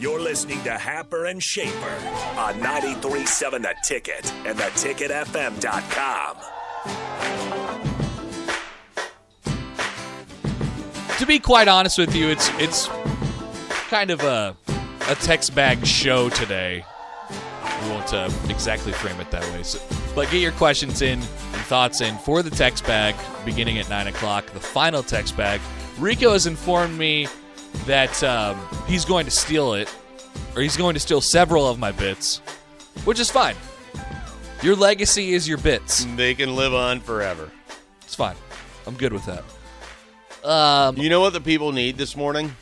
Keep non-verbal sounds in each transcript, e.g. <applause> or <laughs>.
You're listening to Happer and Shaper on 93.7 The Ticket and theticketfm.com. to be quite honest with you, it's it's kind of a a text bag show today. We won't uh, exactly frame it that way, so, but get your questions in and thoughts in for the text bag beginning at nine o'clock. The final text bag. Rico has informed me that um, he's going to steal it, or he's going to steal several of my bits, which is fine. Your legacy is your bits. They can live on forever. It's fine. I'm good with that. You know what the people need this morning?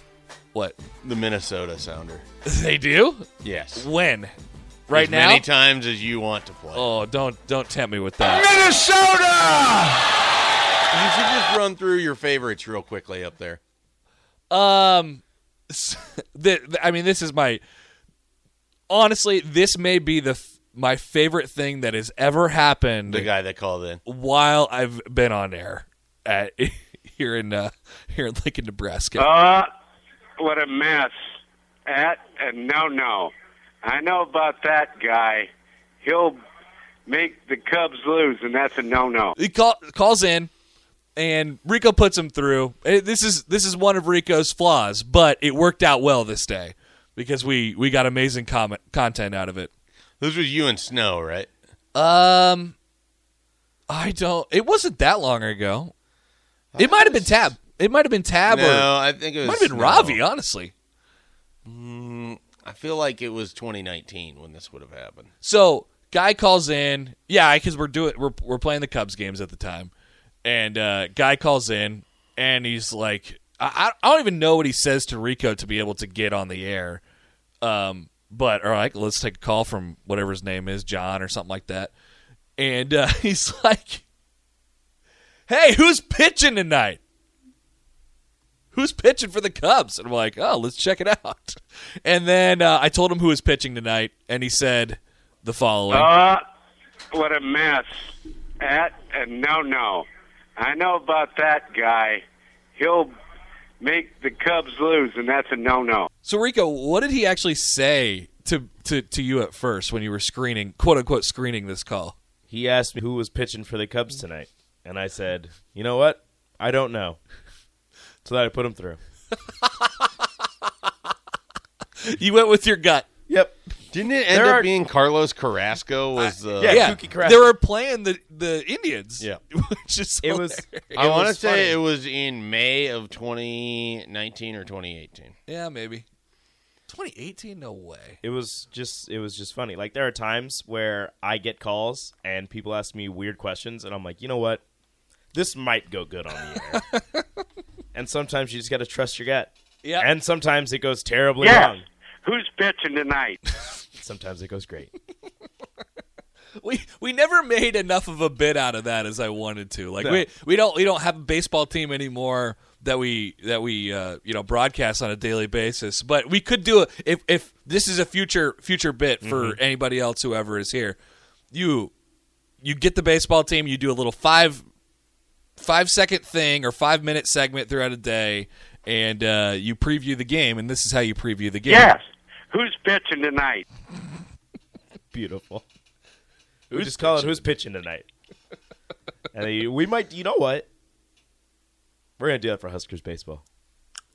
What <laughs> The Minnesota Sounder. they do? Yes. When? Right as now? Many times as you want to play. Oh, don't don't tempt me with <laughs> that. You should just run through your favorites real quickly up there. Um, s- th- th- I mean, this is my honestly, this may be the f- my favorite thing that has ever happened The guy that called in. while I've been on air at <laughs> here in uh, here in Lincoln, Nebraska. Uh, what a mess. At and no, no. I know about that guy. He'll make the Cubs lose, and that's a no, no. he call, calls in and Rico puts him through. Eh, This is this is one of Rico's flaws, but it worked out well this day because we we got amazing comment content out of it. This was you and Snow, right? Um, I don't. It wasn't that long ago. It might have been Tab. It might have been Tab or No, I think it it was. might have been Snow. Ravi. Honestly, I feel like it was 2019 when this would have happened. so guy calls in. Yeah, because we're doing we're we're playing the Cubs games at the time, and uh, guy calls in and he's like, I, I I don't even know what he says to Rico to be able to get on the air. Um, but all right, let's take a call from whatever his name is, John or something like that. And uh, <laughs> he's like, "Hey, who's pitching tonight? Who's pitching for the Cubs?" And I'm like, "Oh, let's check it out." <laughs> And then uh, I told him who was pitching tonight, and he said the following: Uh, what a mess. At and no, no. I know about that guy. He'll make the Cubs lose, and that's a no, no. "So Rico, what did he actually say to to to you at first when you were screening, quote unquote, screening this call?" <laughs> He asked me who was pitching for the Cubs tonight, and I said, "You know what? I don't know." So that I put him through. You went with your gut. Yep. Didn't it end There up are- being Carlos Carrasco was the yeah. yeah, Kooky Carrasco. they were playing the the Indians. Yeah. <laughs> which is <laughs> It was- hilarious. I want to was say funny. it was in May of 2019 or 2018. Yeah, maybe. 2018? No way. It was just it was just funny. Like there are times where I get calls and people ask me weird questions, and I'm like, you know what? This might go good on the air. and sometimes you just got to trust your gut. Yeah. And sometimes it goes terribly Yeah. wrong. Who's pitching tonight? Sometimes it goes great. <laughs> we we never made enough of a bit out of that as I wanted to. Like No. we we don't we don't have a baseball team anymore that we that we uh, you know broadcast on a daily basis. But we could do a if if this is a future future bit for Mm-hmm. anybody else whoever is here. You you get the baseball team, you do a little five five second thing or five minute segment throughout a day, and uh, you preview the game, and this is how you preview the game. Yes. Who's pitching tonight? Beautiful. we just call it who's pitching tonight. and they- we might, you know what? We're gonna do that for Huskers baseball.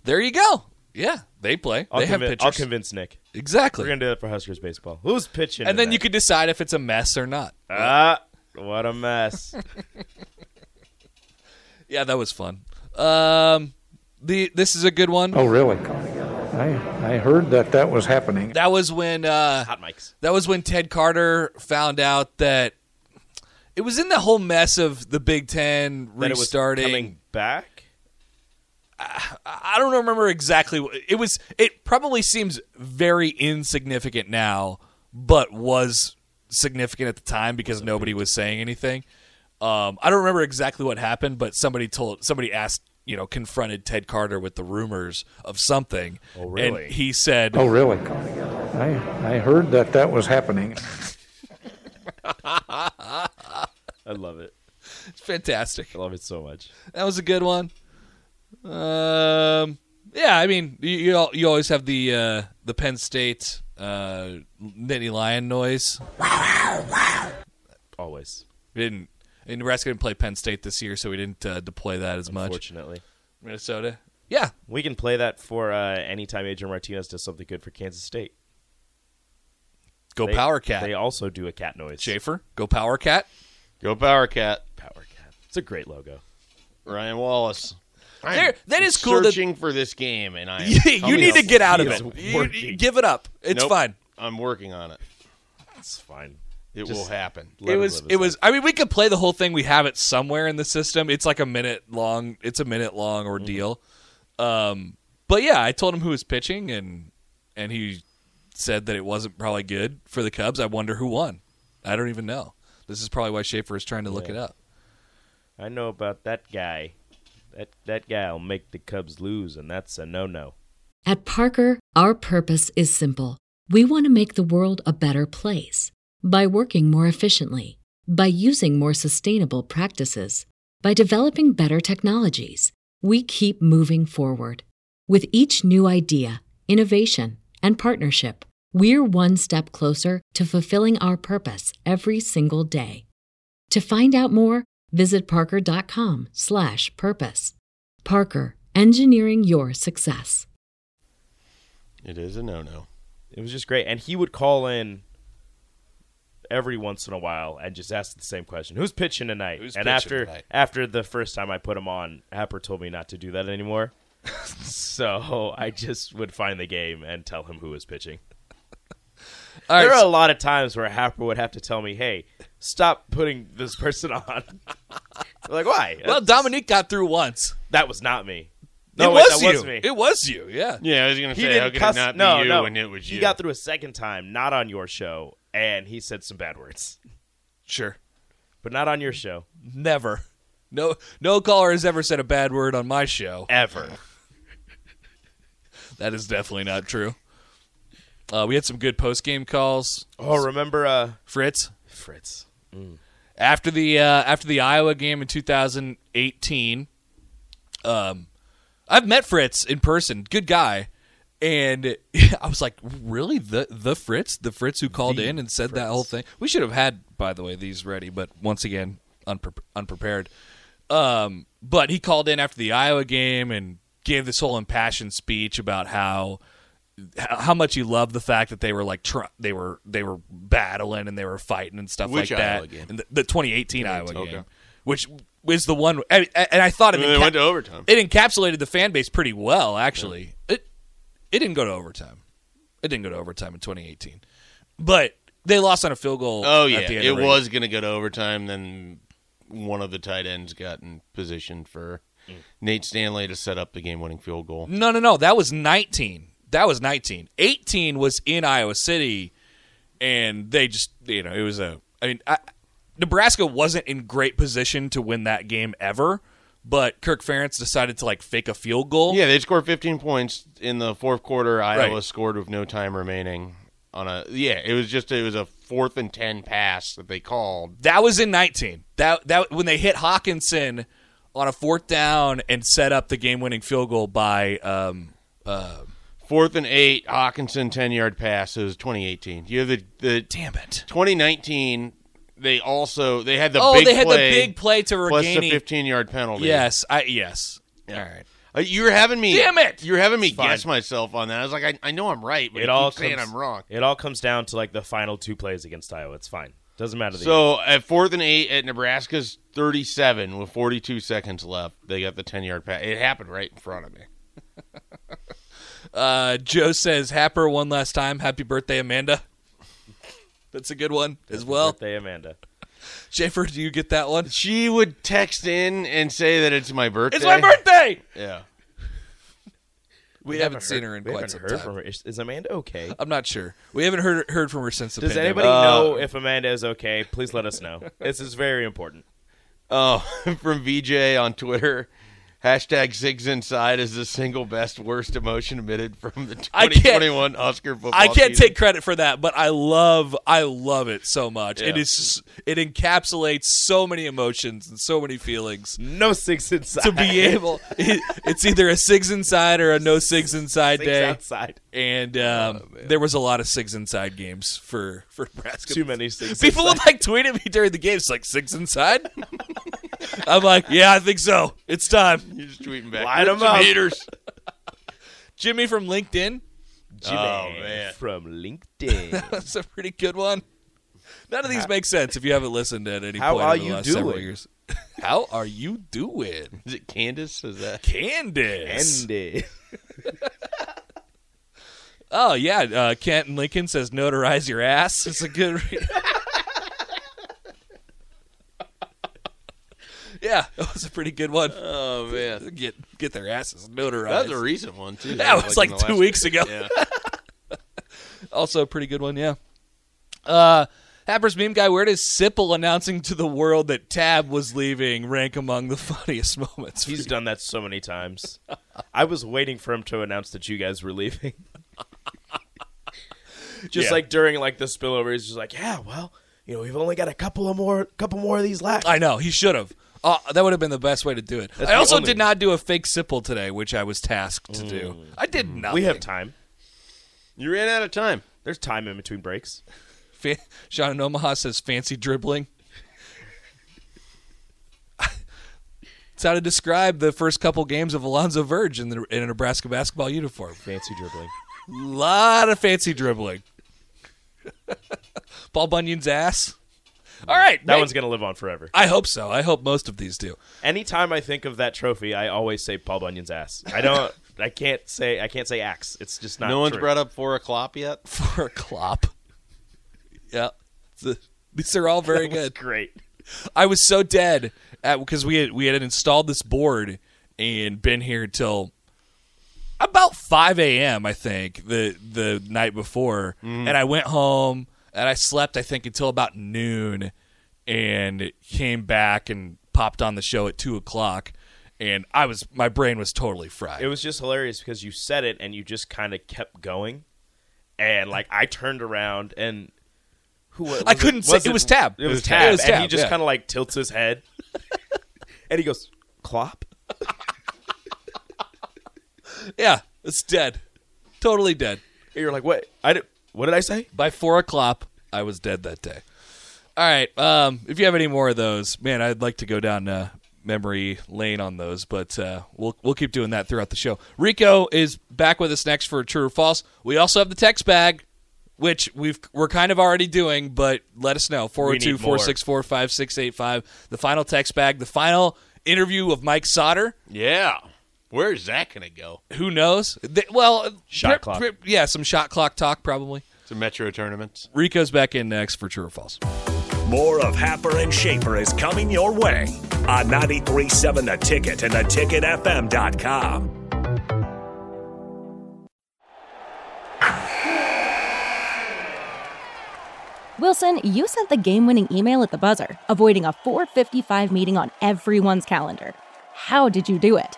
There you go. Yeah, they play. I'll, they have convin- pitchers. I'll convince Nick. exactly. We're gonna do that for Huskers baseball. Who's pitching? and then you tonight? could decide if it's a mess or not. ah, what <laughs> a mess. Yeah, that was fun. Um, the this is a good one. Oh, really? I, I heard that that was happening. That was when uh, Hot mics. that was when Ted Carter found out that it was in the whole mess of the Big Ten That it was restarting. coming back. I don't remember exactly. What, it was. It probably seems very insignificant now, but was significant at the time because nobody was saying anything. Um, I don't remember exactly what happened, but somebody told somebody asked, you know, confronted Ted Carter with the rumors of something. Oh, really? And he said, Oh, really? I, I heard that that was happening. I love it. "It's fantastic." I love it so much. That was a good one. Um, yeah, I mean, you you, al- you always have the uh, the Penn State uh, Nittany Lion noise. Always, We didn't. And Nebraska didn't play Penn State this year, so we didn't uh, deploy that as much. fortunately. Minnesota, yeah, We can play that for uh, anytime Adrian Martinez does something good for Kansas State. go They- Power Cat. They also do a cat noise. Schaefer, go Power Cat. Go Power Cat. Power cat. It's a great logo. Ryan Wallace. I'm There- that is cool that- Searching for this game, and I am <laughs> you coming need up to get out of with it. is You- you working. give it up. It's Nope. fine. I'm working on it. It's fine. It Just- will happen. it was it was i mean we could play the whole thing we have it somewhere in the system it's like a minute long it's a minute long ordeal um but yeah i told him who was pitching and and he said that it wasn't probably good for the cubs i wonder who won i don't even know this is probably why schaefer is trying to look it up I know about that guy. That that guy will make the Cubs lose, and that's a no-no. At Parker, our purpose is simple. We want to make the world a better place by working more efficiently, by using more sustainable practices, by developing better technologies. We keep moving forward. With each new idea, innovation, and partnership, we're one step closer to fulfilling our purpose every single day. To find out more, visit parker.com/purpose. Parker, engineering your success. It is a no-no. It was just great, and he would call in every once in a while and just ask the same question: "Who's pitching tonight?" Who's and pitching after tonight? after the first time I put him on, Happer told me not to do that <laughs> anymore. so I just would find the game and tell him who was pitching. all right there are so- a lot of times where Happer would have to tell me, "Hey, stop putting this person <laughs> on." like, why? well That's- dominique got through once that was not it me. No, wait, was that you was me. it was you yeah Yeah, I was gonna he say, didn't how could cuss. it not be no, you no. when it was you? He got through a second time, not on your show, and he said some bad words, sure but not on your show never no no caller has ever said a bad word on my show ever. That is definitely not true. Uh, we had some good post game calls, Oh, remember uh, Fritz. Fritz? After the uh, after the Iowa game in 2018, um, I've met Fritz in person. Good guy, and <laughs> I was like, really the the Fritz, the Fritz who called in and said that whole thing. We should have had, by the way, these ready, but once again, unpre- unprepared. Um, but he called in after the Iowa game and gave this whole impassioned speech about how how much he loved the fact that they were like tr- they were they were battling and they were fighting and stuff Which like that. Iowa game? And the, the 2018 Iowa okay. game, which was the one, and, and I thought it And they enca- went to overtime. It encapsulated the fan base pretty well, actually. It it didn't go to overtime. It didn't go to overtime in 2018, but they lost on a field goal. Oh at yeah, the end it of reg- was going to go to overtime. Then one of the tight ends got in position for Nate Stanley to set up the game-winning field goal. Mm. No, no, no. That was 19. That was 19. 18 was in Iowa City, and they just, you know, it was a. I mean, I, Nebraska wasn't in great position to win that game ever, but Kirk Ferentz decided to like fake a field goal. Yeah, they scored 15 points in the fourth quarter. Iowa Right. scored with no time remaining on a yeah. It was just it was a fourth and ten pass that they called. That was in 19. That that when they hit Hawkinson on a fourth down and set up the game-winning field goal by um uh Fourth and eight, Hawkinson 10 yard pass. It was 2018. You have the the damn it. 2019. They also they had the Oh, big they had the play big play to plus the Reganey. 15 yard penalty. Yes, I yes. All right. Uh, You're having me. Damn it! You're having me fine. guess myself on that. I was like, I, I know I'm right, but It you all keep saying comes- I'm wrong. It all comes down to like the final two plays against Iowa. It's fine. Doesn't matter. The So at fourth and eight at Nebraska's 37 with 42 seconds left, they got the 10 yard pass. It happened right in front of me. Uh, Joe says, Happer, one last time. Happy birthday, Amanda. <laughs> That's a good one as well. birthday, Amanda. Schaefer, do you get <laughs> that one? She would text in and say that it's my birthday. It's my birthday! Yeah. We, haven't, seen her in we quite haven't some heard time. From her. Is, is Amanda okay? I'm not sure. We haven't heard heard from her since the Does pandemic. anybody Uh, know if Amanda is okay? Please let us know. this is very important. Oh, <laughs> from VJ on Twitter. Hashtag Zigs Inside is the single best worst emotion emitted from the I can't- 2021 Oscar football I can't season. take credit for that, but I love I love it so much. It is it encapsulates so many emotions and so many feelings. No six inside. To <laughs> be able, it- <laughs> it's either a six inside or a no six inside six Oh, day. outside. And um, there was a lot of six inside games for for Nebraska. Too many six. People inside. would like tweet at me during the game. It's like six <laughs> inside. I'm like, yeah, I think so. It's time. You're just tweeting back. Light 'em "Get some up." Haters. Jimmy from LinkedIn. Jimmy Oh, man. from <laughs> LinkedIn. That's a pretty good one. None of these make sense if you haven't listened at any How point are over the you last several doing? years. How are you doing, Is it Candace? Is that Candace? Andy. oh yeah, uh, Kent and Lincoln says notarize your ass. It's a good. Re- <laughs> yeah, that was a pretty good one. Oh man, Get get their asses notarized. that was a recent one too. That was like in the two last- weeks ago. Yeah. <laughs> also a pretty good one, yeah. Uh Happers meme guy, where does Sipple announcing to the world that Tab was leaving rank among the <laughs> funniest <laughs> moments? He's done that so many times. I was waiting for him to announce that you guys were leaving. <laughs> just Yeah. like during like the spillover, he's just like, yeah, well, you know, we've only got a couple of more, couple more of these left. I know he should have. Uh, that would have been the best way to do it. I the also only- did not do a fake Sipple today, which I was tasked to do. I did not. we have time. You ran out of time. There's time in between breaks. Fa- Sean in Omaha says fancy dribbling. <laughs> It's how to describe the first couple games of Alonzo Verge in, the, in a Nebraska basketball uniform. Fancy dribbling. <laughs> lot of fancy dribbling. <laughs> Paul Bunyan's ass. All right, That Nate. one's gonna live on forever. I hope so. I hope most of these do. <laughs> Anytime I think of that trophy, I always say Paul Bunyan's ass. I don't. I can't say. I can't say axe. It's just not. no one's true. <laughs> brought up four o'clock yet. For a clop. Yeah, Th- these are all very It's good. great. I was so dead at because we had we had installed this board and been here till about five a.m. I think the the night before, and I went home and I slept I think until about noon, and came back and popped on the show at two o'clock, and I was my brain was totally fried. It was just hilarious because you said it and you just kind of kept going, and like I turned around and who was I couldn't say- it was Tab. It was Tab, It was and he Tab, just yeah. kind of like tilts his <laughs> head, and he goes clop. yeah, it's dead, totally dead. And you're like, what? I did, what did I say? by four o'clock, I was dead that day. All right. Um, if you have any more of those, man, I'd like to go down uh, memory lane on those, but uh, we'll we'll keep doing that throughout the show. Rico is back with us next for true or false. We also have the text bag, which we've we're kind of already doing, but let us know We need 402 464 5685. The final text bag, the final interview of Mike Sauter Yeah. Where is that gonna go? who knows Th- well uh, Shot clock. yeah some shot clock talk probably To metro tournaments. rico's back in next for true or false More of Happer and Shaper is coming your way on 937 The Ticket and theticketfm.com. Wilson, you sent the game winning email at the buzzer, avoiding a 455 meeting on everyone's calendar. How did you do it?